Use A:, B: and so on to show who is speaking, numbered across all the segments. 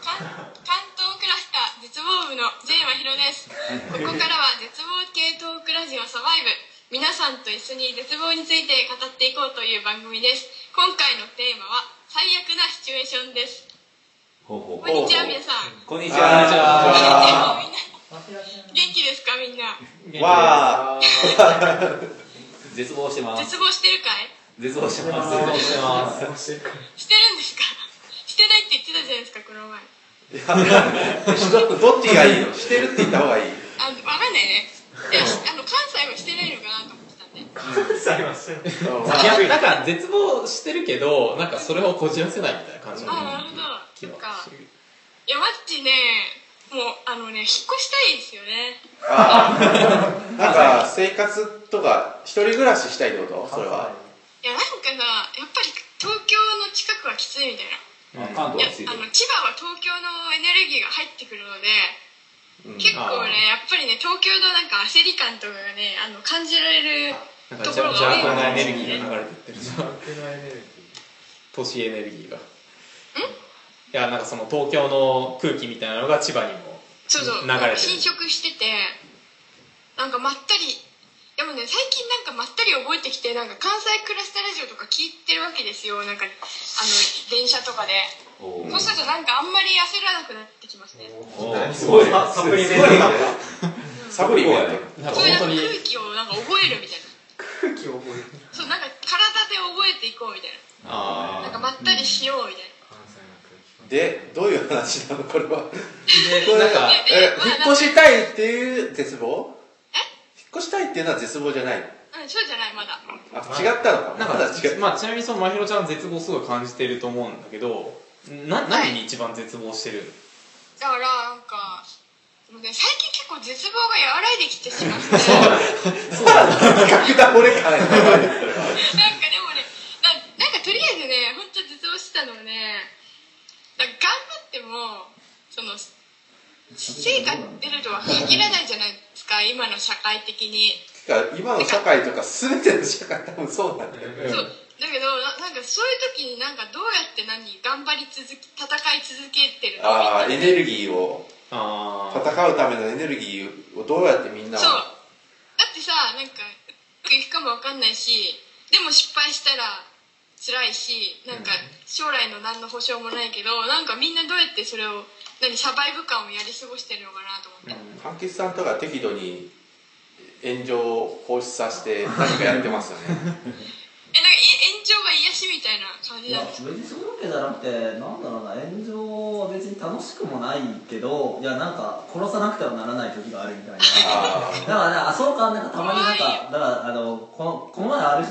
A: 関関東クラスター絶望部のジェイマヒロですここからは絶望系トークラジオサバイブ皆さんと一緒に絶望について語っていこうという番組です今回のテーマは最悪なシチュエーションです
B: ほうほう
A: こんにちは皆さん
B: こんにち
C: あ
B: は
A: 元気ですかみんな
B: わあ絶望してます
A: 絶望してるかい
B: 絶望してます
C: 絶望してます
A: してるんですかしてないって言ってたじゃないですかこの前
D: ちょっとどっちがいいのしてるって言った方がいい
A: あ分かんないねいやしあの関西はしてないのかなと思ってたんで
C: いやなんか絶望してるけどなんかそれをこじらせないみたいな感じ
A: あなるほどそっかいやマッチねもうあのね引っ越したいですよね
D: なんか生活とか一人暮らししたいってことそれはい
A: やなんかさやっぱり東京の近くはきついみたいな
B: 関
A: いや
B: 東ついて
A: あの千葉は東京のエネルギーが入ってくるので結構ねやっぱりね東京のなんか焦り感とかがねあの感じられる
C: なんかじゃ
A: ところが
C: 邪悪なエネルギーが流れてってるじゃん都市エネルギーがいやなんかその東京の空気みたいなのが千葉にも
A: そうそう
C: 流れてる
A: 侵食しててなんかまったりでもね最近なんかまったり覚えてきてなんか関西クラスタラジオとか聞いてるわけですよなんかあの電車とかで
B: お
A: そうするとなんかあんまり焦らなくなってきますね
B: ー
D: すごいサプリメントサプリメン
C: な
D: ト
C: んか
A: そういう
C: 本
A: な
C: 当
A: んか
C: に
A: 空気をなんか覚えるみたいな空気を覚えるそうなんか体で覚えていこうみたいななんか
C: あ
A: まったりしようみたいな
D: でどういう話なのこれは
C: ーでなんか
D: え引っ越したいっていう絶望引っ越したいっていうのは絶望じゃない
A: うんそうじゃないまだ
D: あ違ったのか
C: なん
D: まだ
C: か
D: 違う
C: まあ、ちなみにそのまひろちゃんは絶望をすごい感じてると思うんだけどな何に一番絶望してる
A: だからなんかでもね最近結構絶望が和らいできてしまって
D: 逆だ俺か
A: なんかでもねななんかとりあえずね本当絶望してたのはねなんか頑張ってもその成果出るとは限らないじゃないですか今の社会的に
D: 今の社会とか全ての社会多分そうなんだよね
A: そうだけどななんかそういう時になんかどうやって何頑張り続け戦い続けてるの
D: ああ
A: み
D: エ
A: たいな
D: ネルギーを
C: あ
D: 戦うためのエネルギーをどうやってみんな
A: そうだってさなんかうまくいくかもわかんないしでも失敗したら辛いしなんか将来の何の保証もないけどなんかみんなどうやってそれを何サバイブ感をやり過ごしてるのかなと思って、
D: 柑橘さんとか適度に炎上を放出させて何かやってますよね
A: えなんかえ炎上が癒しみたいな感
E: い
A: じ
E: や
A: なんです
E: 別にそういうわけじゃなくてなんだろうな炎上は別に楽しくもないけどいやなんか殺さなくてはならない時があるみたいな
D: あ
E: だからねあそうかなんかたまになん
A: 怖いよ
E: かだからあのこのこの前 RT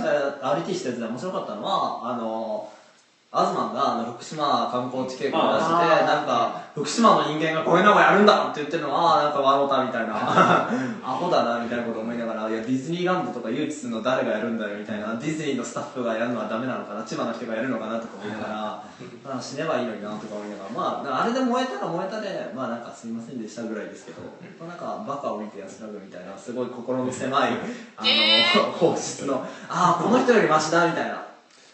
E: したやつで面白かったのはあのアズマンがあの福島観光地計画を出して
C: あー
E: なんか福島の人間がこういうのもやるんだって言ってるのはなんか笑うたみたいなアホだなみたいなこと思いながらいやディズニーランドとか誘致するの誰がやるんだよみたいなディズニーのスタッフがやるのはダメなのかな千葉の人がやるのかなとか思いながらあ死ねばいいのになとか思いながらまああれで燃えたら燃えたでまあなんかすいませんでしたぐらいですけど、まあ、なんかバカを見て安らぐみたいなすごい心の狭いあの放出のああこの人よりマシだみたいな。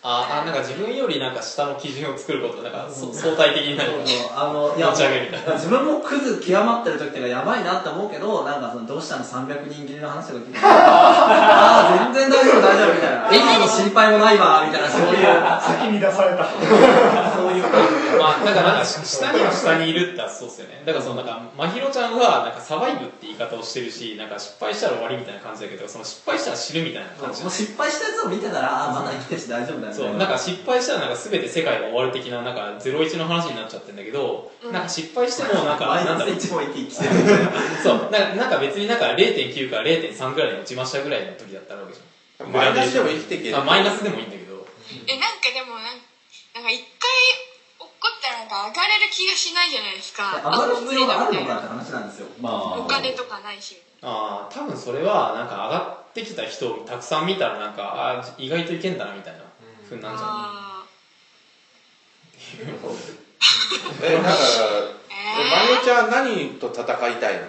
C: ああなんか自分よりなんか下の基準を作ることなんかそ相対的になる
E: あのいや
C: 持ち上げみたいな
E: 自分もクズ極まってる時とかやばいなって思うけどなんかそのどうしたの300人切りの話とか聞 いてああ全然大丈夫大丈夫みたいな演技の心配もないわみたいなそういう
F: 先に出された
E: そういう
C: まあだからなんか下には下にいるってあそうっすよねだからそのなんかまひろちゃんはなんかサバイブって言い方をしてるしなんか失敗したら終わりみたいな感じだけどその失敗したら死ぬみたいな感じ
E: もう失敗したやつを見てたらあーまだ生きてるし大丈夫だよみ
C: そ
E: たいう
C: な
E: な
C: んか失敗したらなんか全て世界が終わる的ななんかゼロイチの話になっちゃってるんだけど、なんか失敗してもなんか
E: マイ
C: なん
E: ナ
C: だ
E: ス
C: ろう
E: 1も生き生きしてるみたいな
C: そうなんかなんか別になんか0.9から0.3ぐらいに落ちましたぐらいの時だったらわけじ
D: あマイナスでも生きていける
C: ゃんあマイナスでもいいんだけど
A: えなんかでもなんなんか一回怒ったらなんか上がれる気がしないじゃないですか
E: 上がる必要があるのかっ
A: あ
E: て話なんですよ
B: まあ
A: お金とかないし
C: ああ多分それはなんか上がってきた人をたくさん見たらなんかあー意外といけんだなみたいなふうになんじゃない
A: あ
D: えだか
A: ー
D: ら
A: え
D: えまゆちゃん何と戦いたいの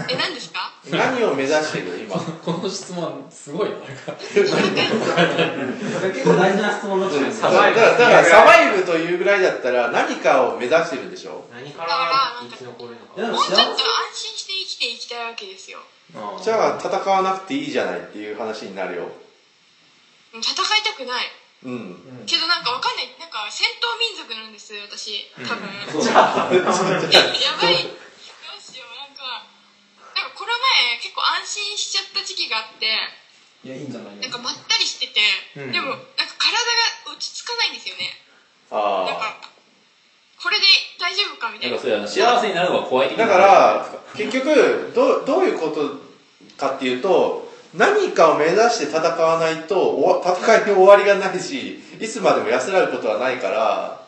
A: ええ、何ですか
D: 何を目指してる今
C: この質問すごいなんか
E: 結構大事な質問だと思うんです
D: だからだからサバイブというぐらいだったら何かを目指してるんでしょ
F: 何から生き残れるのか
E: いやで
A: も
E: も
A: うちょっと
E: 幸
A: 安心して生きていきたいわけですよ。
D: じゃあ戦わなくていいじゃないっていう話になるよ
A: 戦いたくない。
D: うん
A: けどなんかわかんない。なんか戦闘民族なんです、私。多分。やばい。どうしよう。なんか、なんかこの前結構安心しちゃった時期があって、
E: せいやいいんじゃない
A: なんかまったりしてて、
C: うん
A: でもなんか体が落ち着かないんですよね。なん
D: あ
A: か、これで大丈夫かみた
B: ないん
A: な。
B: かそういう幸せになるのが怖い
D: あ
B: 的な
D: だから結局どうどういうことかっていうと何かを目指して戦わないとおわ戦いに終わりがないしいつまでも安らぐことはないから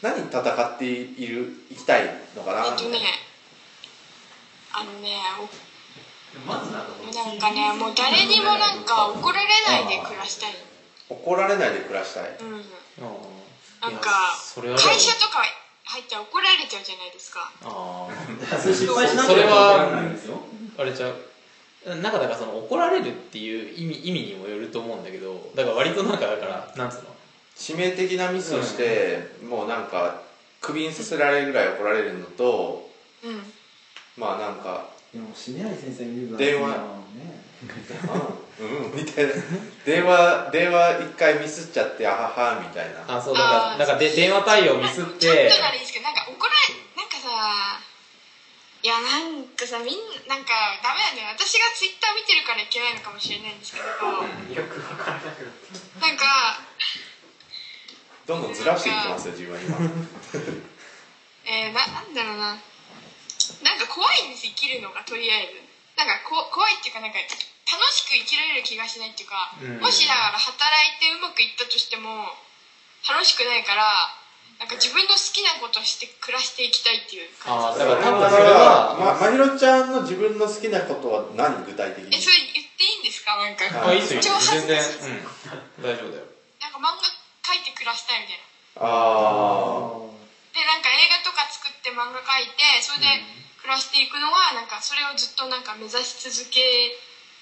D: 何に戦っているいきたいのかな
A: えっとね、あのね、
E: まずなんか
A: おなんかね、もう誰にもなんか怒られないで暮らしたい。
D: 怒られないで暮らしたい
A: うん。な
C: あー
A: んか
C: それはでも
A: 会社とか入ったら怒られちゃうじゃないですか。
C: あ
E: それ失敗しな
C: それは
E: ないですよ
C: ー あれちゃうなんかだからその怒られるっていう意味意味にもよると思うんだけどだから割となんかだからなんつうの
D: 致命的なミスをして、もうなんかクビにさせられるぐらい怒られるのと
A: うん。
D: まあなんか
E: でも死ねない先生見るのは
D: 電話「うん」みたいな電話電話一回ミスっちゃって「あはは」みたいな
C: あそうだからなんかで電話対応ミスっ
A: ちょってとならいいですけど、なんか怒られ、なんかさ、いや、なんかさ、みんな、なんかダメなんだよ。私がツイッター見てるからいけないのかもしれないんですけど、な
F: よくわからなくなっ
A: んか、
D: どんどんずらしていきますよ自分は今
A: えー、な、なんだろうな。なんか怖いんです、生きるのが、とりあえず。なんかこ、怖いっていうか、なんか、楽しく生きられる気がしないっていうか、
C: うん
A: もしだから働いてうまくいったとしても、楽しくないから、なんか自分の好きなことして暮らしていきたいっていう感じ。
C: ああだ
D: だ
C: か
D: か
C: らら多
D: 多分
C: 分それは
D: それはままひろちゃんの自分の好きなことは何具体的
A: え、
D: に
A: それ言っていいんですかなんか。
D: あ
C: あいいっすよいいっすよ
A: 挑発
C: 全然、うん、大丈夫だよ
A: なんか漫画描いて暮らしたいみたいな。
D: あ
A: で、なんか映画とか作って漫画描いて、それで暮らしていくのは、なんかそれをずっとなんか目指し続け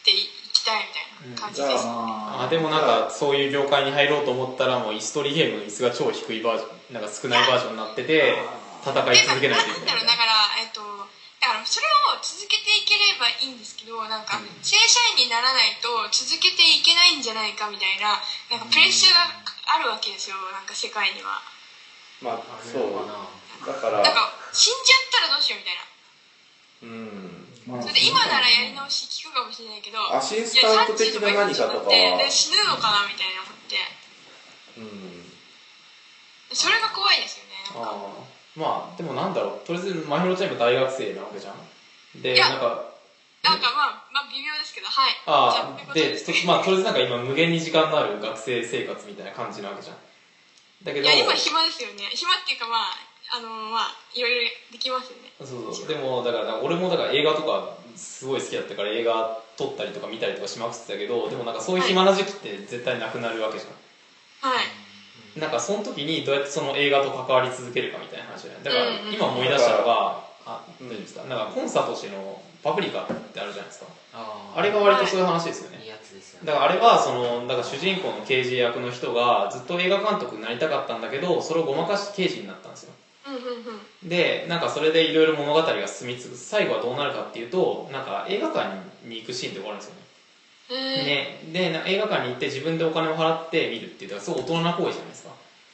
A: ていきたいみたいな感
D: あ
A: じ
D: じゃ
A: です。
E: あ
C: あでもなんかそういう業界に入ろうと思ったらもう椅子取りゲームの椅子が超低いバージョンなんか少ないバージョンになってて戦い続けないといけない
A: んだろうだからえっとだからそれを続けていければいいんですけどなんか正社員にならないと続けていけないんじゃないかみたいななんかプレッシャーがあるわけですよなんか世界には
D: あまあ
F: た
D: そ
F: あれ
D: う
F: かな
D: だか
A: なん
D: ら
A: か死んじゃったらどうしようみたいな
D: うん
E: まあ
A: それで今ならやり直し聞くかもしれないけど
D: アシスタント的な何かとか
A: いや30とか40とかっ
D: は
A: てで死ぬのかなみたいな思って
D: うん
A: それが怖いですよねなんか
C: あーまあでもなんだろうとりあえずまひろちゃん今大学生なわけじゃんで
A: いや
C: なんか
A: なんかまあまあ微妙ですけどはい
C: あ
A: じゃ
C: あ
A: あ
C: で
A: と
C: と
A: いうことですね
C: まあとりあえずなんか今無限に時間のある学生生活みたいな感じなわけじゃんだけ
A: い
C: ど
A: や今暇ですよね暇っていうかまああのまあいろいろできますよね
C: そうそうでもだから俺もだから映画とかすごい好きだったから映画撮ったりとか見たりとかしまくってたけどでもなんかそういう暇な時期って絶対なくなるわけじゃん
A: はい
C: なんかその時にどうやってその映画と関わり続けるかみたいな話だよねだから
A: うんうん
C: 今思い出したのが、あ
D: う
C: 大
D: ん
C: 丈夫ですかなんかコンサート氏の「パプリカ」ってあるじゃないですか
F: あ
C: あれが割とそういう話ですよ
F: いい
C: ね
F: やつですよね
C: だからあれはそのだから主人公の刑事役の人がずっと映画監督になりたかったんだけどそれをごまかして刑事になったんですよ
A: うんうんうん
C: でなんかそれでいろいろ物語が進みつつ最後はどうなるかっていうとなんか映画館に行くシーンで終わるんですよね
A: うん
C: ねでな映画館に行って自分でお金を払って見るっていうだからすごい大人な行為じゃないですか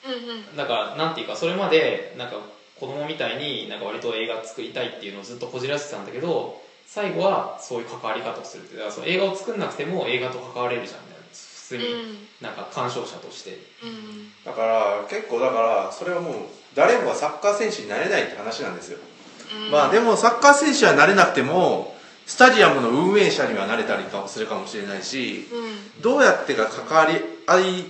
A: うんうん
C: だからなんていうかそれまでなんか子供みたいになんか割と映画作りたいっていうのをずっとこじらせてたんだけど最後はそういう関わり方をするってだからその映画を作んなくても映画と関われるじゃんみたいな普通になんか鑑賞者として
A: うん
D: だから結構だからそれはもう誰もがサッカー選手になれないって話なんですよ、
A: うん
D: まあでもサッカー選手はなれなくてもスタジアムの運営者にはなれたりかもするかもしれないし
A: うん
D: どうやってが関わり合い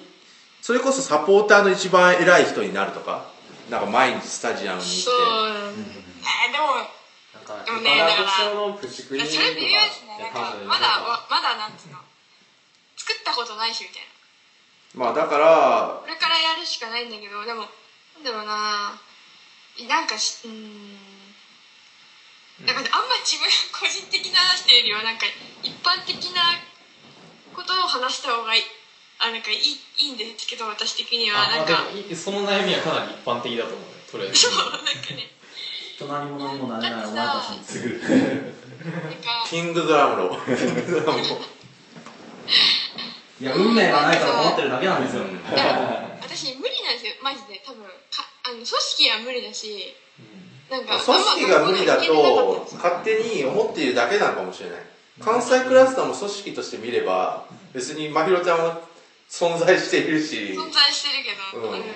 D: それこそサポーターの一番偉い人になるとかなんか毎日スタジアムに行
A: そ
D: っ
A: うなんですえーでも
F: なんか
A: でもねだから
F: 他の部長のプチクリ
A: それ微妙ですねなんかまだわまだなんつうの作ったことないしみたいな
D: てまあだから
A: これからやるしかないんだけどでもなんだろうななんかしうーんだからあんまり自分個人的な話っていうよりはなんか一般的なことを話した方がいいあなんかいいいいんですけど私的には
C: あ
A: なん
C: で
A: か
C: もいその悩みはかなり一般的だと思うねとりあえず
A: そうなんかね
E: 隣者にもなれないお前たちに次ぐ
A: なん か
D: キングドラムロ
E: いや運命がないから困ってるだけなんですよ
A: だから私無理なんですよマジで多分かあの組織は無理だしなんか
D: 組織が無理だ
A: あんま学校が
D: と
A: 行けてなかったんですよ
D: 勝手に思っているだけなのかもしれない関西クラスターも組織として見れば別にまひろちゃんは存在しているし
A: 存在してるけど、
D: うん
A: うん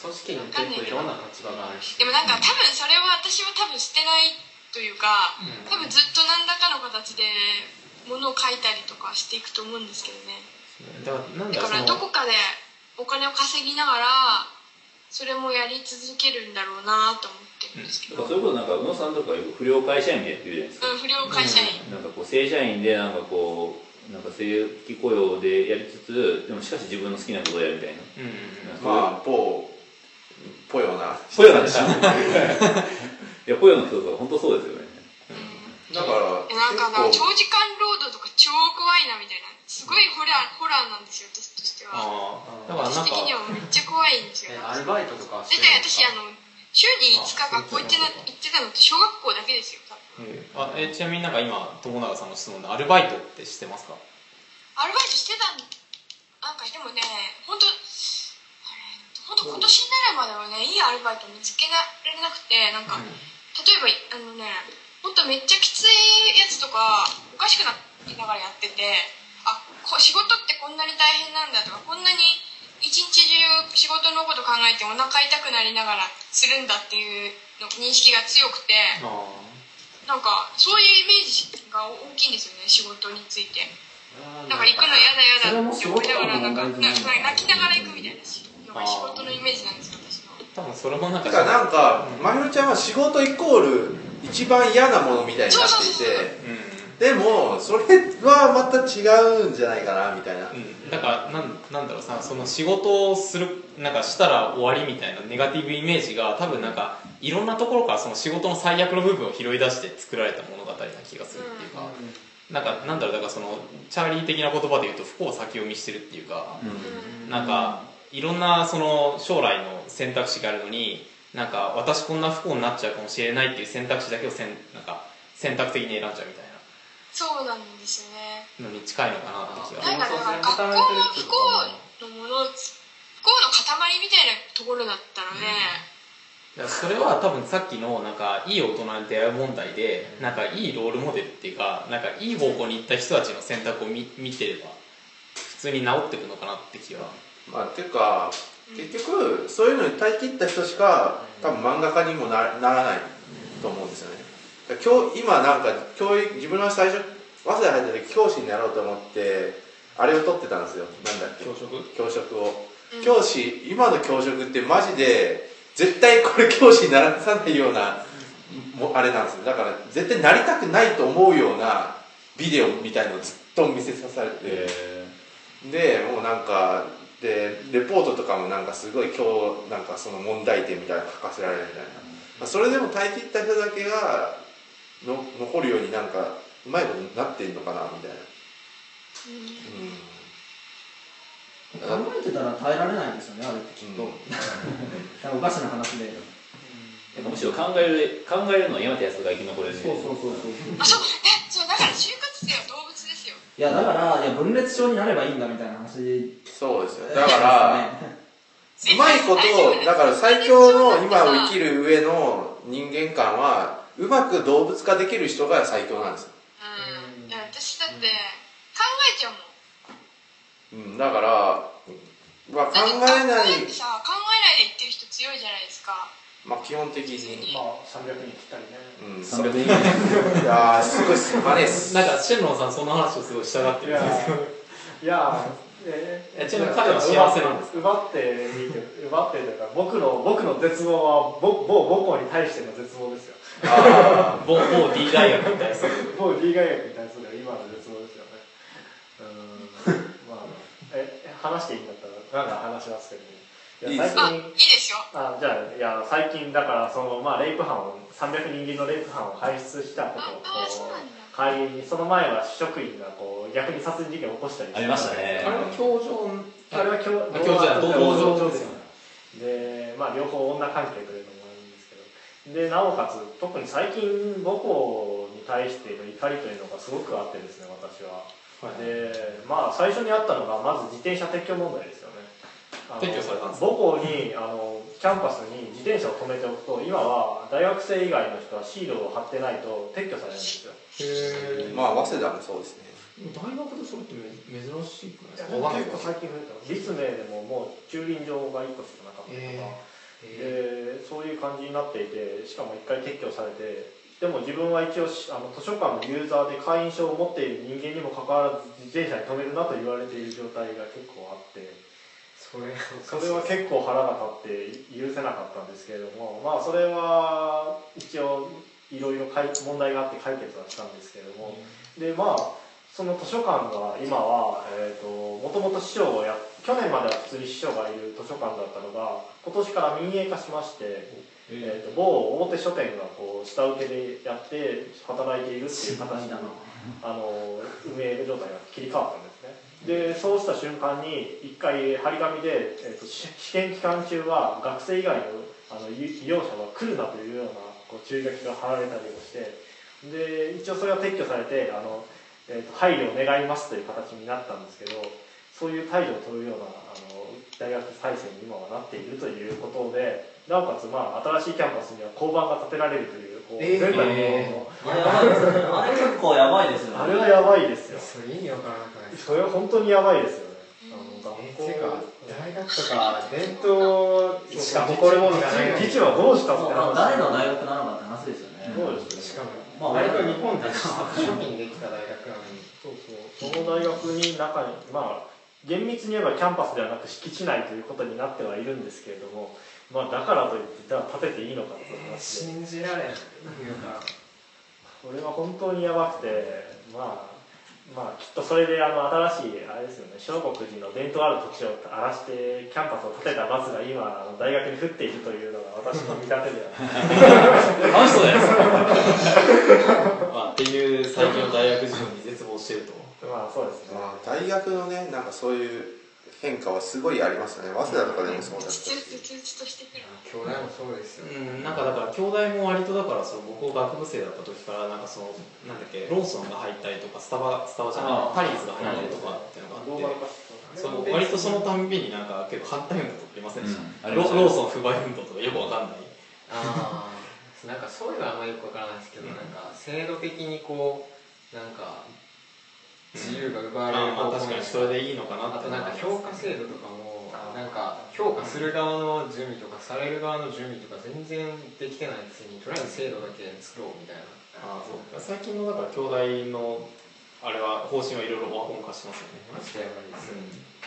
F: 組織なんて結構いろんな立場があるし
A: でもなんか多分それは私は多分捨てないというか、
C: うん
A: 多分ずっと何らかの形で物を書いたりとかしていくと思うんですけどね
C: だからなんだ
A: だから
C: そ
A: ど
C: の
A: こかでお金を稼ぎながらそれもやり続けるんだろうなと思ってるんですけど、
B: それこそなんか宇野さんとかよく不良会社員みたいなって言うじゃないですか、
A: うん、不良会社員、
B: なんかこう正社員でなんかこうなんか正規雇用でやりつつでもしかし自分の好きなことをやるみたいな
C: うんうん
D: まあぽぽよな
B: 雇用なんでしょ いや雇用の人とか本当そうですよね
D: だから
A: いやなんかな
D: 結
A: 長
D: 構
A: 時間労働とか超怖いなみたいなすごいホラーホラーなんですよ私としては
C: ああだからなん
A: 私
C: か
A: 的にはめっちゃ怖いんですよ
F: えアルバイトとかはし
A: だってて
F: るんです
A: 私
F: か
A: あの週に5日学校行ってな行ってたのって小学校だけですよ多分
C: えーあえーちなみになんか今友永さんの質問でアルバイトって知ってますか
A: アルバイトしてたんなんかでもね本当本当今年になるまではねいいアルバイト見つけられなくてなんか、例えばあのね本当めっちゃきついやつとかおかしくなりながらやっててあこ仕事ってこんなに大変なんだとかこんなに一日中仕事のこと考えてお腹痛くなりながらするんだっていうの認識が強くて
C: ああ
A: なんかそういうイメージが大きいんですよね仕事について。
F: あー
A: なんか行くの嫌だ嫌だって思いながらなんかな泣きながら行くみたいなしのが仕事のイメージなんですよ私の
C: 多分それもなんか
D: だからなんか
C: うん
D: まひろちゃんは仕事イコール一番嫌なものみたいになってい
A: そうそうそう
D: て
C: う、
D: でもそれはまた違うんじゃないかなみたいな
C: う
D: ん
C: ん、だからなんなんだろうさその仕事をするなんかしたら終わりみたいなネガティブイメージが多分なんかいろんなところからその仕事の最悪の部分を拾い出して作られた物語な気がするっていうか、なんかなんだろうだからそのチャーリー的な言葉で言うと不幸を先読みしてるっていうか、なんかいろんなその将来の選択肢があるのになんか私こんな不幸になっちゃうかもしれないっていう選択肢だけをせんなんか選択的に選んじゃうみたい
A: そうなんですよね
C: なのに近いのかなって気が
A: なんかだから学校も不幸のもの不幸の塊みたいなところだったらね、
C: だからそれは多分さっきのなんかいい大人に出会う問題でなんかいいロールモデルっていうかなんかいい方向に行った人たちの選択を見見てれば普通に治ってくのかなって気は
D: まあていうか結局そういうのに耐え切った人しか多分漫画家にもなならないと思うんですよねだから今日今なんか教育自分は最初早稲田入った時教師になろうと思ってあれを取ってたんですよなんだっけ
C: 教職
D: 教職を、
A: うん
D: 教師今の教職ってマジで絶対これ教師にならさないようなもあれなんですよだから絶対なりたくないと思うようなビデオみたいのをずっと見せさされて、でもうなんかでレポートとかもなんかすごい今日なんかその問題点みたいなの書かせられるみたいな、まあ、それでも耐え切った人だけがの残るようになんかうまいことになってんのかなみたい
A: う
D: な、
A: ん
E: 考えてたら耐えられないんですよねあれってきっと、
D: うん
E: なんかおかしな話で
B: なんかむしろ考える考えるのをやめたやつが生き残れる
E: そうそうそうそう
A: あそうえそうだから就活生は動物ですよ
E: いやだからいや分裂症になればいいんだみたいな話
D: そうですよだからうまい
A: 大
D: こ
A: 丈夫で
D: と
A: す
D: だから最強の今を生きる上の人間観はうまく動物化できる人が最強なんですよ、
A: うんいや私だって考えちゃうもん
D: うん、だから、まあ、考
A: だって学
D: えない
A: 校だってさ考えないで言ってる人強いじゃないですか
D: まあ基本的に
G: まあ300人来たりね
D: うん
E: それ
D: いやーすごいすまねえっす
C: なんかシェンロンさんその話をすごいしたがって
G: い
C: るん
G: や
C: ですけど
G: いやえ
C: えちなみに彼は幸せなんです
G: か奪っていいけど奪ってというか僕の僕の絶望はぼ某母校に対しての絶望ですよ
D: あ
C: 某某 D 大学みたいなそう
G: 某 D 大学に対する今の絶望ですよねうーんまあえ話していいんだったらなんか話しますけどねいや最
A: あ、い
G: 近
A: いですよ。
G: あじゃあいや最近だからその、まあ、レイプ犯を300人切りのレイプ犯を排出したことをこ
A: ああそうなんだ
G: う会議にその前は職員がこう逆に殺人事件を起こしたり
B: ありましたね
C: あれは教場
G: あれは教
C: あ教場同同情ですよね
G: でまあ両方女関係というのもあるんですけどでなおかつ特に最近母校に対しての怒りというのがすごくあってですね私は
C: はい
G: でまあ最初にあったのがまず自転車撤去問題ですよねあの
C: 撤去されたんですか
G: 母校にあのキャンパスに自転車を止めておくと今は大学生以外の人はシールを貼ってないと撤去されるんですよ
C: へー
D: まあ早稲田もそうですね
C: 大学でそれってめ珍しくないですか
G: 結
C: わかんないで
G: 構
C: すか
G: 最近増えたの立命でももう駐輪場が1個しかなかったとか、
C: え
G: でそういう感じになっていてしかも1回撤去されてでも自分は一応しあの図書館のユーザーで会員証を持っている人間にもかかわらず自転車に止めるなと言われている状態が結構あって
F: それは
G: それは結構腹が立って許せなかったんですけれどもまあそれは一応いろいろ解問題があって解決はしたんですけれども、でまあその図書館が今はえーともともと師匠をや去年までは普通に師匠がいる図書館だったのが今年から民営化しまして、えーと某大手書店がこう下請けでやって働いているっていう形にあの運営状態が切り替わったんですねでそうした瞬間に一回張り紙で、えーとし試験期間中は学生以外のあの利利用者は来るなというようなこう注意書きが貼られたりもしてで一応それは撤去されてあの、えーと配慮を願いますという形になったんですけどそういう態度を取るようなあの大学再生に今はなっているということでなおかつ、まあ、新しいキャンパスには交番が建てられるというこう前代未聞の
E: あれやばいですねあれ結構やばいですよね
G: あれはやばいですよ
F: それ意味わからなくないですか
G: それは本当にやばいですよね。あの
F: え
G: 学
F: ていうか
G: 校
F: 大学とか伝統しか誇るものがない
G: 基地はどうしたって
E: そう誰の大学なのかって話ですよね
G: そうですよね
F: しかも、
E: まあ
F: 割と日本で庶民できた大学なのに
G: そうそうその大学に中にまあ厳密に言えばキャンパスではなく敷地内ということになってはいるんですけれどもまあだからといってじゃあ建てていいのかって話で
F: 信じられないっていうか
G: これは本当にやばくてまあまあきっとそれであの新しいあれですよね小国寺の伝統ある土地を荒らしてキャンパスを建てたバスが今あの大学に降っているというのが私の見立てでは
C: あの人だよまあっていう最近の大学事情に絶望してると
G: まあそうですね。
D: まあ大学のねなんかそういう変化はすごいありますよね早稲田とかでもそうだったし
A: 実質通知としてくる。
F: 兄弟もそうですよ
C: うん、なんかだから兄弟も割とだからその僕が学部生だった時からなんかそのなんだっけローソンが入ったりとかスタバスタバじゃない
B: あー
C: タリーズが入ったりとかっていうの
G: 動
C: が
G: 画
C: あ
G: の
C: って
G: パス
C: その割とそのたんびになんか結構反対運動とかありませんでした、
B: うんあり
C: ロ
B: ましたね
C: ローソン不買運動とかよくわかんない
F: ああなんかそういうのはあんまりよくわからないですけど、なんか制度的にこうなんか自由が奪われる
C: あまあ
F: 方
C: 確
F: 向
C: か
F: に
C: にそれでいいのかな
F: あ
C: って
F: となんか評価制度とかもなんか評価する側の準備とかされる側の準備とか全然できてないくせにとりあえず制度だけ作ろうみたいな
C: あーそう最近のだから兄弟のあれは方針はいろいろ和本化してますよね
F: マジでやばいですよ、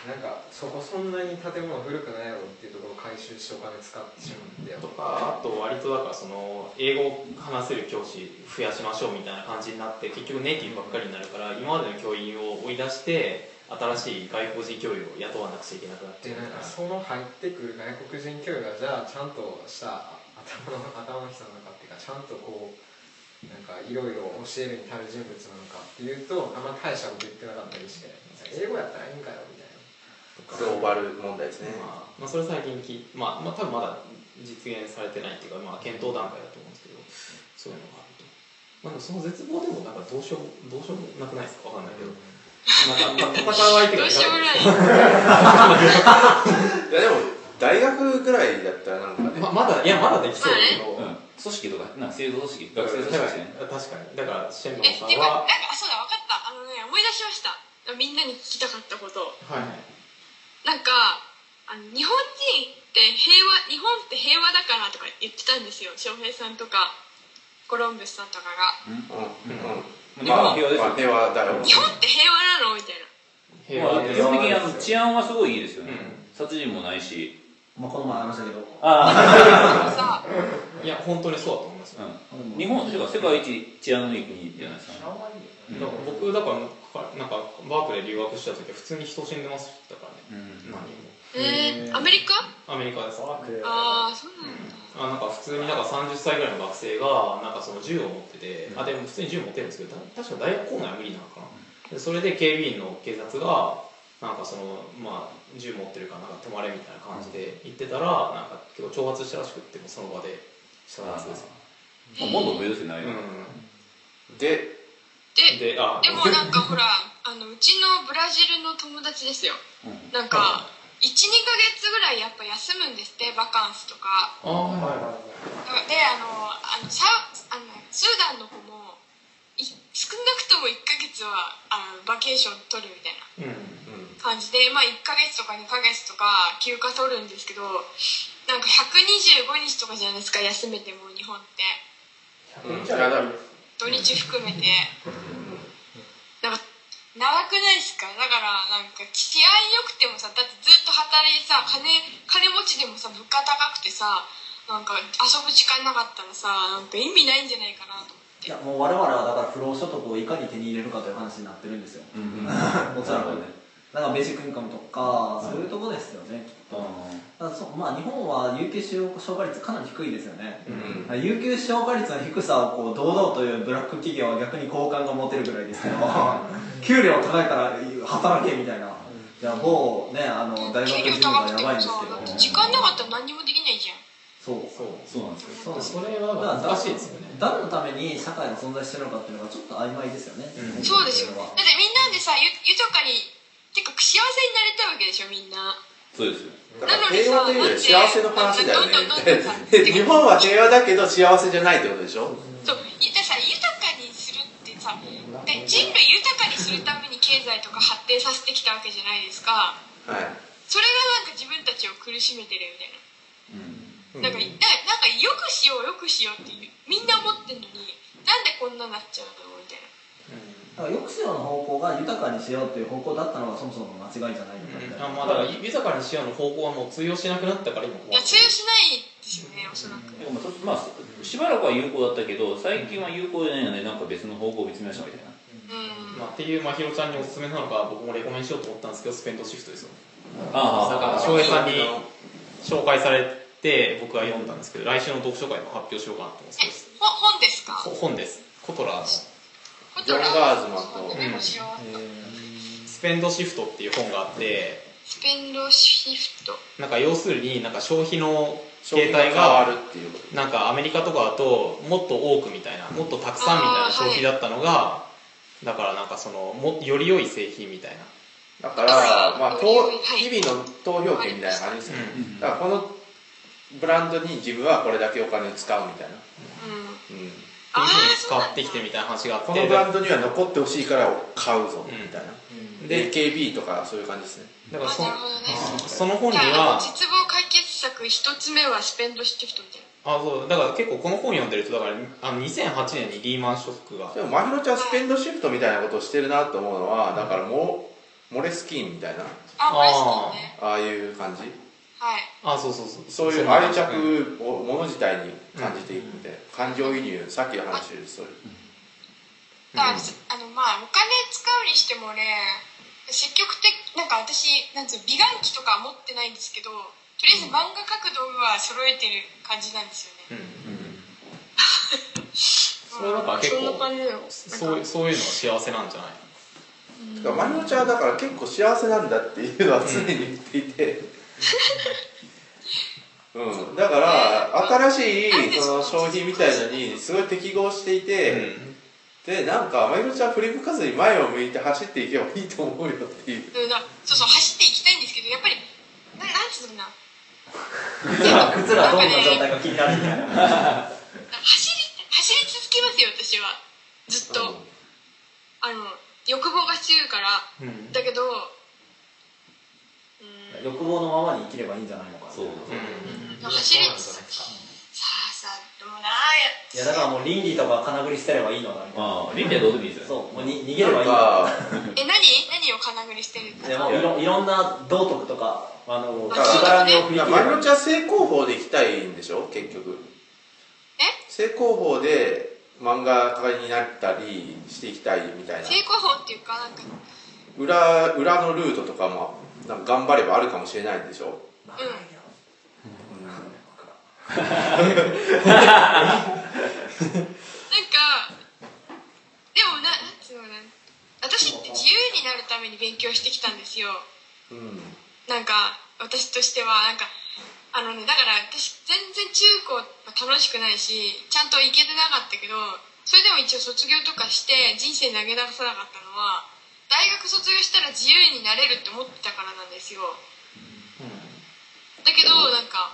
F: なんかそこそんなに建物古くないやろっていうところを回収してお金使ってしまって
C: とかあと割とだからその英語を話せる教師増やしましょうみたいな感じになって結局ネイティブばっかりになるから今までの教員を追い出して新しい外国人教員を雇わなくちゃいけなくなって
F: で
C: るみた
F: なん
C: いな
F: かその入ってくる外国人教諭がじゃあちゃんとした頭の頭の人なのかっていうかちゃんとこうなんかいろいろ教えるに足る人物なのかっていうとあんま大したこと言ってなかったりして英語やったらいいんかよみたいな
D: グローバル問題ですね、
C: まあまあ、それ最近き、まあまあ、多分まだ実現されてないっていうか、まあ、検討段階だと思うんですけどそういうのがあると、まあ、でもその絶望でもなんかどうしようどうしようもなくないですかわかんないけど、なんか戦う相手
A: どう
C: がい
A: しようも
C: ない
A: ない。
D: いやでも大学ぐらいだったらなんかね
C: ままだいやまだできそうだけど、
B: うん組織とかなんか製造組織学生組織ですね
C: 確かにだからシェンロン
A: え、
C: さ
A: て
C: ん
A: か、なん
C: は
A: か、あそうだ、分かった。あのね、思い出しました。みんなに聞きたかったこと。
C: はい
A: なんか、あの日本人って平和、日本って平和だからとか言ってたんですよ。翔平さんとか、コロンブスさんとかが。
D: うんうん
B: 日本は平和ですよ
D: まあ平和だろう
A: 日本って平和なのみたいな。
C: 平和です
B: 基本的にあの治安はすごいいいですよね、
C: うん
B: 殺人もないし
E: まあこの前ありましたけど
B: あ
A: さ
C: いや本当にそうだと思います、
B: あ、うん、日本てか世界一治安のいい国じゃないですか、
G: あんまり
B: うん
C: だから僕だからからなんかバークで留学した時は普通に人死んでますだからね
B: うん
C: 何人も
A: え
E: へ
A: ー、
E: ー
A: アメリカ
C: アメリカですあ
G: ワークで
A: ああそうなんだ
C: なんか普通になんか30歳ぐらいの学生がなんかその銃を持ってて、あでも普通に銃持ってるんですけどた確か大学構内は無理なのかな、でそれで警備員の警察がなんかそのまあ銃持ってるからなんか止まれみたいな感じで行ってたら、なんか結構挑発したらしくってもうその場でしたらしいです
B: まあ、もっと目指せないの、
C: う
D: で、
C: ん
A: で
C: であ
A: でもなんかほらあのうちのブラジルの友達ですよなんか12ヶ月ぐらいやっぱ休むんですってバカンスとか
C: ああ
G: はいはい
C: は
G: はい
A: であのあのサウあのスーダンの子もい少なくとも1ヶ月はあのバケーション取るみたいない
C: うん
A: 感じで、まあ、1ヶ月とか2ヶ月とか休暇取るんですけどなんか125日とかじゃないですか休めても日本って
G: 100じゃない
A: 土日含めてなんか長くないですかだからなんか治安良くてもさだってずっと働いてさ金金持ちでもさ物価高くてさなんか遊ぶ時間なかったらさなんか意味ないんじゃないかなと思って
E: いやもう我々はだから不労所得をいかに手に入れるかという話になってるんですよ
B: うんうん
E: おそらくねだからベーシックインカムとかそういうとこですよね
B: あ
E: ただそうまあ日本は有給消化率かなり低いですよね、
C: うん
E: だから有給消化率の低さをこう堂々というブラック企業は逆に好感が持てるぐらいですけど給料高いから働けみたいな、いや某ねあの大学
A: 給料
E: 時
A: 高
E: が
A: く
E: や
A: て
E: ばい
A: も
E: んです
A: さ
E: け
A: だって
E: ど
A: 時間なかったら何にもできないじゃん
E: そう
C: そう
B: そうなんですよ
E: そうなんです
C: そ
E: よ
C: れは
E: だから
C: 難しいですよね
E: 誰のために社会が存在してるのかっていうのがちょっと曖昧ですよね、
C: うん
A: そうですよね
E: こ
A: だっ
E: れは
A: てみんなでさゆ豊かにてか幸せになれたわけでしょみんな
B: そうですよ
D: だ
A: な
D: か
A: の
D: ら
A: に
D: 平
A: さ
D: 和というよりは幸せの話だよね
A: なんでなんでなんでなんでなんで
D: 日本は平和だけど幸せじゃないってことでしょ
A: そういやさ豊かにするってさで人類豊かにするために経済とか発展させてきたわけじゃないですか
D: はい
A: それがなんか自分たちを苦しめてるみたいな
B: うん
A: なんかいななんかよくしようよくしようっていうみんな思ってんのになんでこんななっちゃうのみたいな
E: だから抑止の方向が豊かにしようっていう方向だったのがそもそもの間違いじゃないのかみたいな、
C: あまあだから豊かにしようの方向はもう通用しなくなったから今こう
A: いや通用しないですよねおそらく
B: でもまあとまあしばらくは有効だったけど最近は有効じゃないのでなんか別の方向を見つめましたみたいな
A: うん
C: まあ、っていうまひろちゃんにおすすめなのか僕もレコメンしようと思ったんですけどスペンドシフトですよだ
B: あ
C: から翔平さんに紹介されて僕は読んだんですけど来週の読書会も発表しようかなと思うんですけ
A: えほ本ですか
C: どほ本ですコトラの「
A: コ
D: ジョンガーズマンと
A: メモしよう
C: スペンドシフト」っていう本があって
A: スペンドシフト
C: なんか要するになんか消費の
D: 消
C: 形
D: 費
C: 態
D: が変わ
C: が
D: るっていうこと
C: なんかアメリカとかだともっと多くみたいなもっとたくさんみたい
A: あーは
C: ない消費だったのがだからなんかそのもより良い製品みたいな
D: だから、まあ、投
A: はい
D: 日々の投票権みたいな感じですよね、
C: うん
D: だからこのブランドに自分はこれだけお金を使うみたい
A: う
D: な
A: ん
C: っていうふうに使ってきてるみたいな話があって
D: このブランドには残ってほしいから買うぞみたいな、
C: で
D: で KB とかそういう感じですね
C: だからそ
A: あなるほどね
C: その本に
A: じゃあ
C: は
A: 絶望解決策一つ目はスペンドシフトみたいな
C: あそうだから結構この本読んでるとだからあの2008年にリーマンショックが
D: でもまひろちゃんスペンドシフトみたいなことをしてるなと思うのはだからもうモレスキーンみたいな
A: あマ
C: あー
A: ジでね
D: ああいう感じ
A: はい
C: あそうそうそう
D: そういう
C: の
D: 愛着をもの自体に感じていくみたいな感情移入さっきの話ですそういう
A: だからあのまあお金使うにしてもね積極的なんか私なんつうの美顔器とかは持ってないんですけどとりあえず漫画描く道具は揃えてる感じなんですよね、
C: うん
A: そ
C: れはなんか結構
A: そんな感じだよ
C: そういうそういうのが幸せなんじゃない
D: だからまひろちゃんはだから結構幸せなんだっていうのは常に言っていて、うん、だから新しいその商品みたいのにすごい適合していて、でなんかまひろちゃん振り向かずに前を向いて走っていけばいいと思うよっていう
A: うんだそうそう走っていきたいんですけどやっぱりななんつうのかな
E: 靴らどんな状態が気になるみたいな
A: 走り走り続けますよ私はずっと、あの欲望が強いから
C: うん、うん
A: だけどうん
E: 欲望のままに生きればいいんじゃないのかな
B: そう
A: 走り続けさあさあでもなあや
E: いやだからもう倫理とか金繰り捨てればいいのだみたい
B: まあ倫理はどうでもいいで
E: な
B: す
E: そ
B: よ
E: うもうに逃げれ
D: な
E: ば
D: いん
E: いのだ
D: か
A: え何何を金繰りしてるんだ
E: いやもういろいろんな道徳とかあの
A: あ
E: しがらみを振り
D: だ
E: 切
D: か
E: れ
D: らまひろ
E: ばいい
D: ちゃん正攻法でいきたいんでしょ結局
A: え
D: 正攻法で漫画家になったりしていきたいみたいな
A: 成功法っていうかなんかうん
D: 裏裏のルートとかもなんか頑張ればあるかもしれないんでしょ
A: なんかでもななんつうのかな私って自由になるために勉強してきたんですよ
D: うん
A: なんか私としてはなんかあのねだから私全然中高楽しくないしちゃんと行けてなかったけどそれでも一応卒業とかして人生投げ出さなかったのは大学卒業したら自由になれるって思ってたからなんですよだけどなんか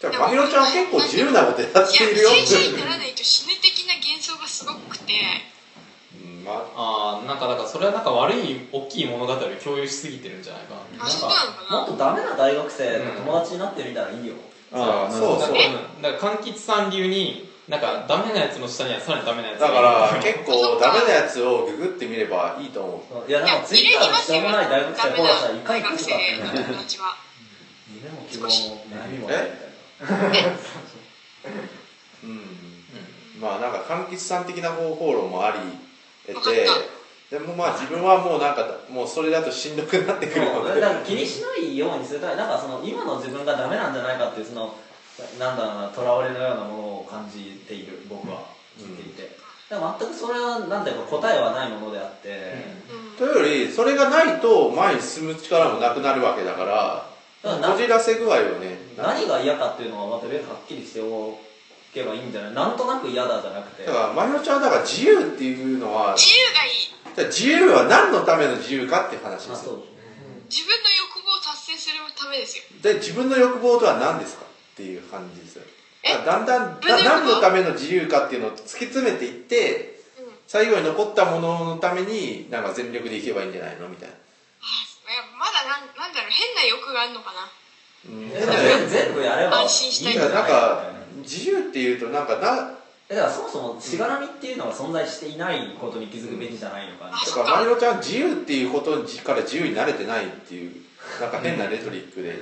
D: じゃあまひろちゃんは結構自由なことやっ
A: いや
D: ているよ
A: 正社員にならないと死ぬ的な幻想がすごくて
D: うんまあ
C: ああなんかだからそれはなんか悪い大きい物語を共有しすぎてるんじゃないかな
A: あそうなのかな
E: もっとダメな大学生の友達になってみたらいいよ、
D: ああそうそう
C: だから柑橘さん流になんかダメなやつの下にはさらにダメなやつが
D: だ
C: いる
D: から結構ダメなやつをググってみればいいと思う
E: いや
A: い
E: で
A: や
E: もツイッターでしょうもない大学生
A: ダメ
E: フォローしたら
A: な
E: 一回
A: 大
E: 来る
A: 学
E: と
A: 生
E: かって
A: の友達は
E: 夢も希望も悩みもないみたいな
D: うん、まあなんか柑橘さん的な方法論もありえ
A: わかって
D: でもまあ自分はもうなんかもうそれだとしんどくなってくる
E: そう
D: の
E: だ
D: で
E: から気にしないようにするためなんかその今の自分がダメなんじゃないかっていうそのなんだろうなとらわれのようなものを感じている僕は聞いていて、だから全くそれはなんだろう答えはないものであって、
A: うん
D: というよりそれがないと前に進む力もなくなるわけだから
E: だからな
D: こじらせ具合をねなんか
E: 何が嫌かっていうのはまた別にはっきりしておけばいいんじゃないなんとなく嫌だじゃなくて
D: だから真宙ちゃんはだから自由っていうのは
A: 自由がいい
D: だから自由は何のための自由かっていう話で
E: あ
D: す
E: そう
D: よ
A: 自分の欲望を達成するためですよ
D: で自分の欲望とは何ですかっていう感じですよ
A: え
D: だからだんだん
A: 自分の
D: だ
A: 欲望
D: 何のための自由かっていうのを突き詰めていって
A: うん
D: 最後に残ったもののためになんか全力でいけばいいんじゃないのみたいな、
A: あいやまだなんなんだろう変な欲があるのかな
D: うん、
E: えだから全全部やればいいん
A: 安心し
E: じ
A: たい
E: ゃない
D: やなんか
E: みたいな
D: 自由っていうとなんかな
E: えだからそもそもしがらみっていうのが存在していないことに気づくべきじゃないの
A: あ
E: かな、
D: だ
A: そっ
D: から
A: か
D: マリロちゃん自由っていうことから自由に慣れてないっていうなんか変なレトリックで、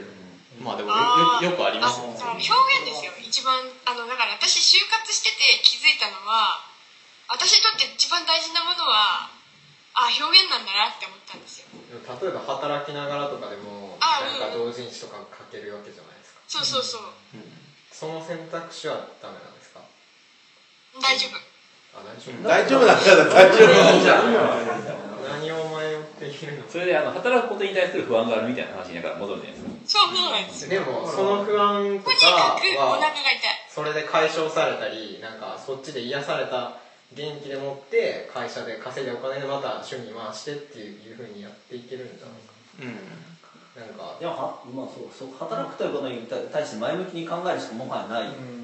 C: まあでも
A: あー
C: よよよくあります
A: あ
C: よ
A: だから
C: ね
A: 表現ですよ一番あのだから私就活してて気づいたのは私にとって一番大事なものはあ表現なんだなって思ったんですよ
F: 例えば働きながらとかでも
A: あ
F: なんか
A: う
F: 同人誌とか書けるわけじゃないですか
A: そうそうそう
F: その選択肢はダメなんですか
A: 大丈夫
F: あ大丈夫
D: 大丈夫なんだから大丈夫
E: じゃん
F: 何を迷っているの
B: それであの働くことに対する不安があるみたいな話にだから戻るじゃないですか
A: そうそうなんですよ
F: でもその不安
A: と
F: とか
A: にかくお腹が
F: は
A: 痛い
F: それで解消されたりなんかそっちで癒された元気でもって会社で稼いでお金でまた趣味回してっていうふうにやっていけるんじゃな
C: うん
F: いですかなんか
E: でもは、まあ、そうそう働くということに対対して前向きに考えるしかもはやない、
C: うん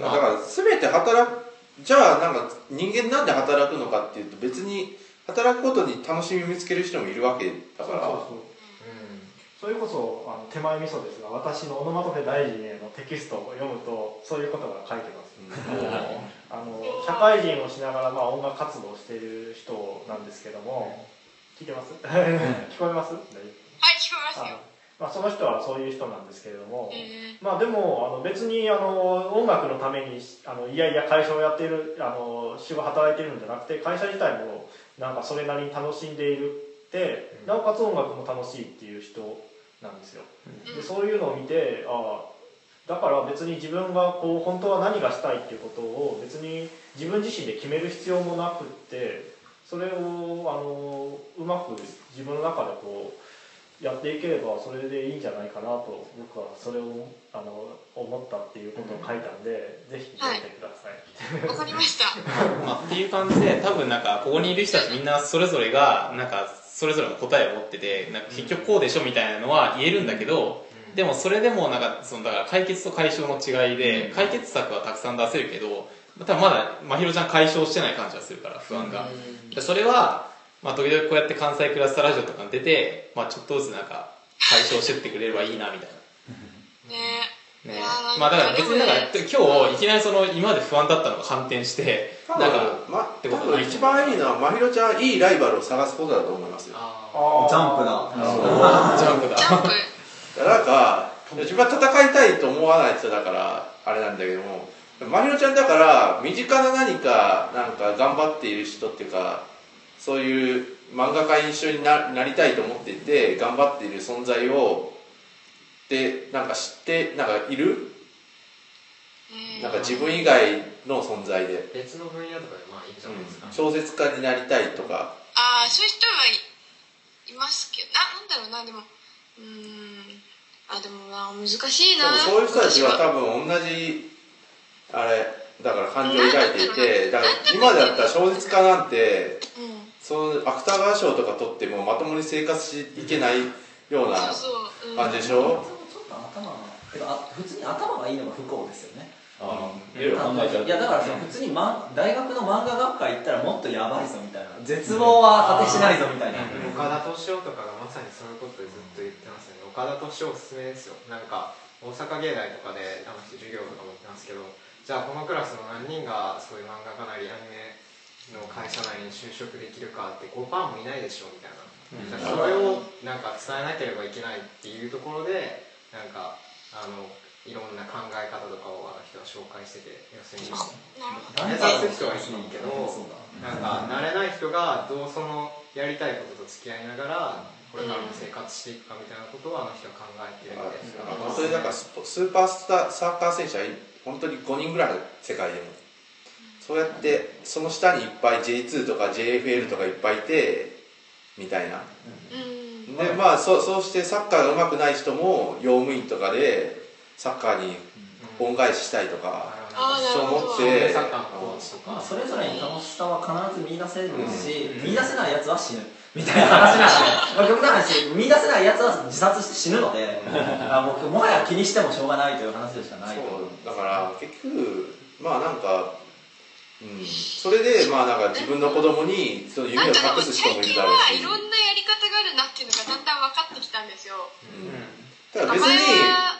D: だから全て働くじゃあなんか人間なんで働くのかっていうと別に働くことに楽しみを見つける人もいるわけだから
G: そうそれこそあの手前味噌ですが私のオノマトペ大臣へのテキストを読むとそういうことが書いてます、あの社会人をしながら、まあ、音楽活動をしている人なんですけども、聞いてます聞こえます
A: はい聞こえます
G: あの
A: よ
G: まあ、その人はそういう人なんですけれども、
A: うん
G: まあでもあの別にあの音楽のためにあのいやいや会社をやっているあの仕事働いているんじゃなくて会社自体もなんかそれなりに楽しんでいるって、
F: うん
G: なおかつ音楽も楽しいっていう人なんですよ、
A: うん
G: でそういうのを見てああだから別に自分がこう本当は何がしたいっていうことを別に自分自身で決める必要もなくってそれをあのうまく自分の中でこうやっていければそれでいいんじゃないかなと僕はそれをあの思ったっていうことを書いたんで、ぜひ読んでください、
A: わかりました
C: まあ、っていう感じで多分なんかここにいる人たちみんなそれぞれがなんかそれぞれの答えを持っててなんか結局こうでしょみたいなのは言えるんだけどでもそれでもなんかそのだから解決と解消の違いで解決策はたくさん出せるけど多分まだまひろちゃん解消してない感じがするから不安がでそれは、まあ、時々こうやって関西クラスターラジオとかに出て、まあ、ちょっとずつなんか解消してってくれればいいなみたいな
A: ね
C: ね
A: いやー
C: まあだから別にだから
A: でもね
C: 今日いきなりその今まで不安だったのが反転して
D: 多
C: な
D: 分
C: んか
D: ま
C: って
D: 多
C: こと
D: 分一番いいのはまひろちゃんいいライバルを探すことだと思いますよ
F: あ
G: ああ
E: ジャンプ
C: ジャンプ
E: だ
C: だ
A: ジャンプ
D: だからなんか自分は戦いたいと思わない人だからあれなんだけどもまひろちゃんだから身近な何かなんか頑張っている人っていうかそういう漫画家印象にななりたいと思っていて頑張っている存在をでなんか知ってなんかいる
A: えー
D: なんか自分以外の存在で、
F: 別の分野とかでまあいいんじゃないですか、
D: 小説家になりたいとか
A: ああそういう人はいいますけどあなんだろうなでもうーんあでもな難しい
D: で
A: な
D: もそういう人たちは
A: 私は
D: 多分同じあれだから感情を抱いていてだから今だったら小説家なんて
A: うん
D: その芥川賞とか取ってもまともに生活していけないような
A: そうそう、うん、
D: 感じでしょ
E: ちょっと頭がてかあ普通に頭がいいのが不幸ですよね
B: ああいろいろ考えちゃう
E: いやだからその普通に、ま、大学の漫画学会行ったらもっとやばいぞみたいな絶望は果てしないぞみたいな
F: 岡田敏夫とかがまさにそういうことでずっと言ってますよね岡田敏夫おすすめですよなんか大阪芸大とかであの人授業とかも行ってますけどじゃあこのクラスの何人がそういう漫画家なりアニメの会社内に就職できるかって5%もいないでしょみたいな、じゃあそれをなんか伝えなければいけないっていうところでなんかあのいろんな考え方とかをあの人は紹介してて要するに
A: なるほど
F: 目指す人はいいけど
E: そうだ
F: なんか慣れない人がどうそのやりたいことと付き合いながらこれからの生活していくかみたいなことをあの人は考えてるんですが、
D: あそれだからスポスーパースターサッカー選手は本当に5人ぐらい世界でもそうやってその下にいっぱい J2 とか JFL とかいっぱいいてみたいな
A: うん
D: でまあそそうしてサッカーが上手くない人も用務員とかでサッカーに恩返ししたいとか、
A: ああな
D: そう
A: るほど
D: 思って
F: サッカーのコーチと
E: まあ
F: か
E: それぞれに楽しさは必ず見出せるし、見出せないやつは死ぬみたいな話なんで、まあ、極端な話見出せないやつは自殺して死ぬので、あもうもはや気にしてもしょうがないという話でしかないと思う
D: そうだから結局まあなんか、うん、それでまあなんか自分の子供にその
A: な
D: 夢を
A: ん
D: 隠
A: かでも
D: す人も
A: 最
D: いる
A: 近
D: だろう
A: は
D: し
A: いろんなやり方があるなっていうのがだんだん分かってきたんですよ、
D: ただ別に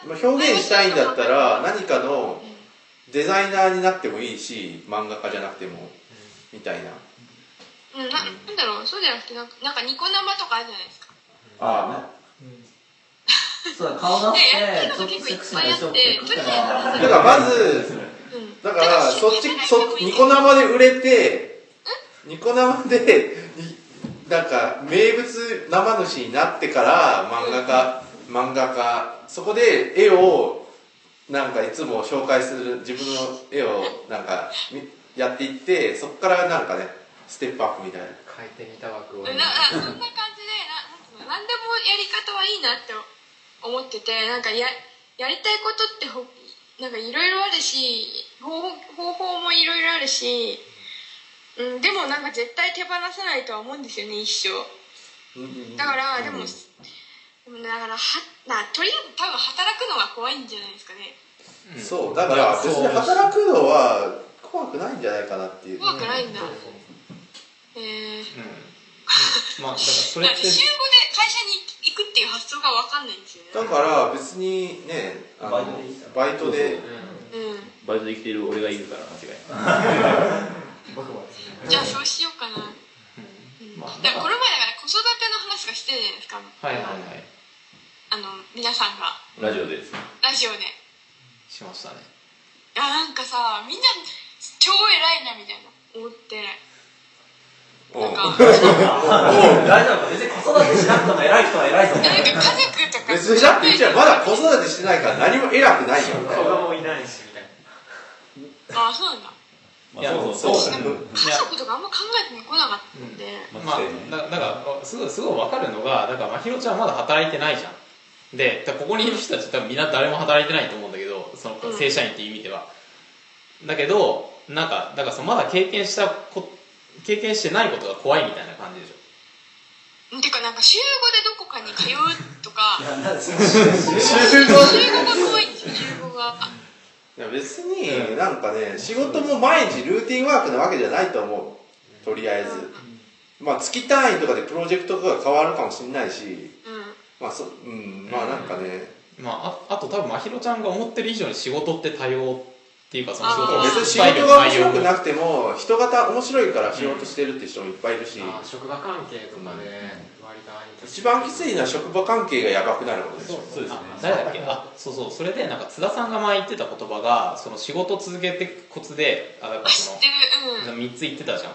D: まあ表現したいんだったら何かのデザイナーになってもいいし漫画家じゃなくてもみたいな
A: うん、ななんだろうそうじゃなくてなんかなんかニコ生とかあるじゃないですか
D: あ
E: そうだ顔出して
A: ね
E: ちょっとセクシーな人って書くか
D: あ
E: ら
D: だからまず
A: うん
D: だからそっちそニコ生で売れてニコ生でいなんか名物生主になってから漫画家漫画家そこで絵をなんかいつも紹介する自分の絵をなんかみやっていってそこからなんかねステップアップみたいな
F: 書いてみた枠を
A: ななそんな感じでななんつうの何でもやり方はいいなって思っててなんかややりたいことってほなんかいろいろあるし方法方法もいろいろあるし、うん、でもなんか絶対手放さないとは思うんですよね一生だからでも、でもだからはなとりあえず多分働くのが怖いんじゃないですかね
D: そうだから別に働くのは怖くないんじゃないかなっていう
A: 怖くないんだ、
F: そうそう
A: えー
C: まあだからそれっ
A: なんか
C: て
A: 週5で会社に行くっていう発想が分かんないんですよね
D: だから別にねあの
E: バイトでいいっすよ
D: バイトで
A: うん
B: バイトで生きてる俺がいるから間違いない
F: 僕はですね
A: じゃあそうしようかな、うん
C: まあ
A: だからこの前だから子育ての話がしてるじゃないですか
C: はいはいはい
A: あの皆さんが
B: ラジオでですね
A: ラジオで
C: しましたね
A: あなんかさみんな超偉いなみたいな思って
D: うん
A: なんかなんか
E: 大丈夫か別に子育てしなくても偉い人は偉い ぞみたいな
A: 家族とか
D: 別にだってうちはまだ子育てしてないから何も偉くないよ
F: 子供いないしみたいな
A: あそうなんだ
B: ま
C: いや
B: あそう
D: そう
B: そう
D: だね
A: 家族とかあんま考えてこなかったんで、
C: まあ、だだからすごいすごい分かるのがだからまひろちゃんはまだ働いてないじゃんでだからここにいる人たち多分みんな誰も働いてないと思うんだけどその
A: うん
C: 正社員っていう意味では、だけどなんかだからそのまだ経験したこ経験してないことが怖いみたいな感じでしょ
A: てかなんか週5でどこかに通うとか
D: 集
A: 週
D: 合
A: 5が怖いんですよ週5が
D: いや別になんかね仕事も毎日ルーティンワークなわけじゃないと思うとりあえずまあ月単位とかでプロジェクトとか変わるかもしれないし
A: うん
D: まあそうんまあなんかね
C: まあ、ああと多分まひろちゃんが思ってる以上に仕事って多様っていうかその仕事
A: あー
C: の
D: 別に仕事が面白くなくても人型面白いから仕事してるって人もいっぱいいるし、
F: あー職場関係とかで割とあい
D: 一番きついのは職場関係がやばくなることでしょ
B: そうですね
C: あ誰だっけあそうそうそれでなんか津田さんが前言ってた言葉がその仕事続けていくコツであだから
A: あ知
C: そ
A: ってるうん
C: の3つ言ってたじゃん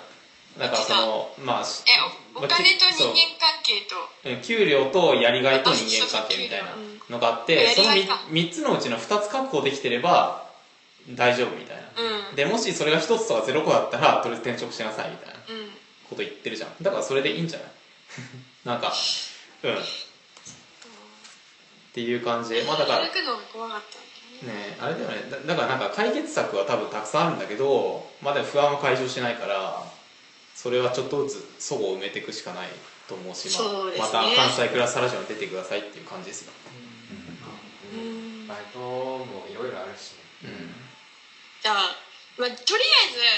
C: だからそのまあし
A: えおお金と人間関係と
C: うん給料とやりがいと人間関係みたいなのがあって
A: あ
C: そ
A: そう
C: の
A: そう給料うんやりがいか
C: 3, つのうちの2つ確保できてれば大丈夫みたいな
A: うん
C: でもしそれが1つとか0個だったらとりあえず転職しなさいみたいな
A: うん
C: こと言ってるじゃんだからそれでいいんじゃない なんかうんっていう感じでまあだから
A: 歩くのが怖かったんだね
C: ねあれだよねだだからなんか解決策は多分たくさんあるんだけどまだ不安を解消しないからそれはちょっとずつそごを埋めていくしかないと思うし、まあ
A: そうですね
C: また関西クラスラジオに出てくださいっていう感じですよ、
A: うん
F: バイトもいろいろあるしね
C: うん、
A: じゃあ、まあ、とりあえ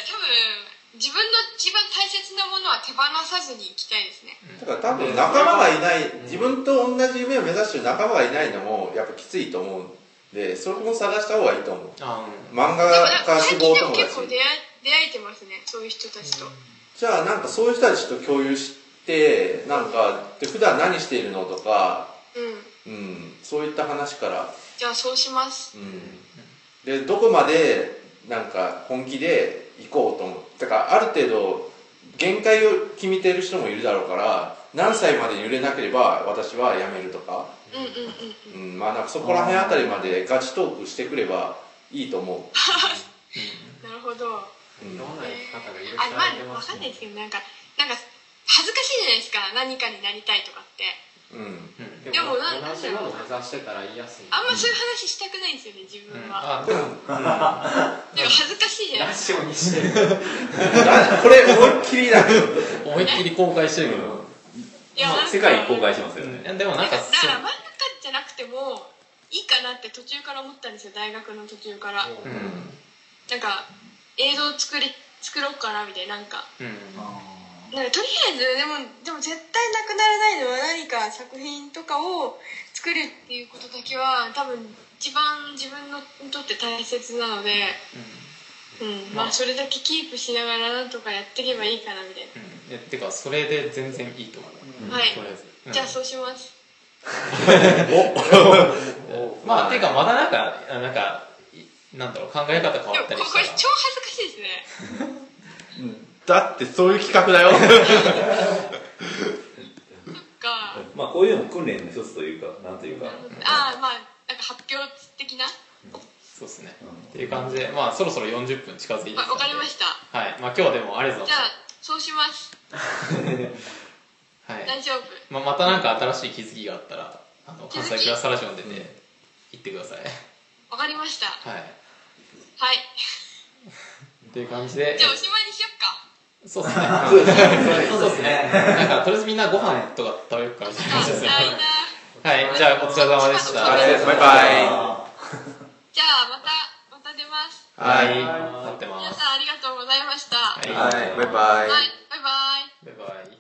A: ず多分自分の一番大切なものは手放さずにいきたいですね
D: だから多分仲間がいない自分と同じ夢を目指してる仲間がいないのもやっぱきついと思うんでそこも探した方がいいと思う
C: あ
D: 漫画
A: でもなん
D: 家
A: か
D: 志
A: 最近
D: 望と
A: で
D: も
A: も
D: だ
A: 結構
D: し
A: 出会出会えてますねそういう人たちと、
D: じゃあなんかそういう人たちと共有してなんかで普段何しているのとか、
A: うん、
D: うん、そういった話から、
A: じゃあそうします
D: うん、でどこまでなんか本気で行こうと思うだからある程度限界を決めてる人もいるだろうから何歳まで揺れなければ私は辞めるとか、
A: うんうんうんうん
D: うん、まあなんかそこら辺あたりまでガチトークしてくればいいと思
A: なるほど
D: う、うん
F: いろんな生き方が許
A: あ
F: されて
A: まあ
F: ま
A: わ
F: す
A: かんない
F: ね
A: ですけどなんかなんか恥ずかしいじゃないですか何かになりたいとかって
D: うん、
C: うん、
A: で
F: で
A: も
F: も同
A: なん
F: じものを目指してたら言いやすい
A: あんまそういう話したくないんですよね自分
C: うん、
A: は、
C: あでも
A: でも恥ずかしいじゃない
F: ラ
A: ですか
F: ジオにしてる
D: これ思いっきりだけど
C: 思いっきり公開してるけど、
A: いやなんか
B: 世界に公開してますよ
C: うんい
B: ね、
C: やでも
A: な
C: なんん
A: か
C: か
A: だ
C: そ
A: から真ん中じゃなくてもいいかなって途中から思ったんですよ大学の途中から
F: もう
C: うん
A: なんか映像作り作ろうかなみたいななんか
C: うん
A: なんかとりあえずでもでも絶対なくならないのは何か作品とかを作るっていうことだけは多分一番自分のにとって大切なので、うんまあ、それだけキープしながらなんとかやっていけばいいかなみたいな、
C: うん、いやてかそれで全然いいと思う、
A: はい
C: とりあえず、うん
A: じゃあそうします
C: まあていうかまだなんかあなんかいなんだろう考え方変
A: で
C: わ
A: も
C: っ
A: こ
C: たりし
A: こ
C: た
A: れ
C: ら
A: 超恥ずかしいですね
D: だってそういう企画だよ
A: が
B: まあこういうのも訓練の一つというかなんというか、
A: ああまあなんか発表的な、
C: そうですね、
B: うん
C: っていう感じでまあそろそろ40分近づいてきた
A: まあ、
C: んで
A: わかりました
C: はいまあ今日はでもありがとうご
A: じ
C: ざ
A: ゃ
C: いま
A: あそうします
C: したはい
A: 大丈夫
C: まあ、またなんか新しい気づきがあったらあの関西クラスラジオに出て行ってください、
A: わかりましたは
C: はい
A: い
C: っていう感じで
A: じゃあおしまいにしよっか
C: そうですねそう
E: そうで
C: ですす
E: ね
C: ねなんかとりあえずみんなご飯とか食べようかみたいな
A: あ
C: 感じですね
A: あいいな
C: はいじゃあお疲れ様でし
A: お疲れ様で
C: た
A: し
D: バイバイ
A: じゃあまたまた出ます
C: はい待ってま
A: 皆
C: す
A: さんありがとうございました。はい、
C: はい、
D: はい、バイバイ。
A: バイバイ。
C: バイバイ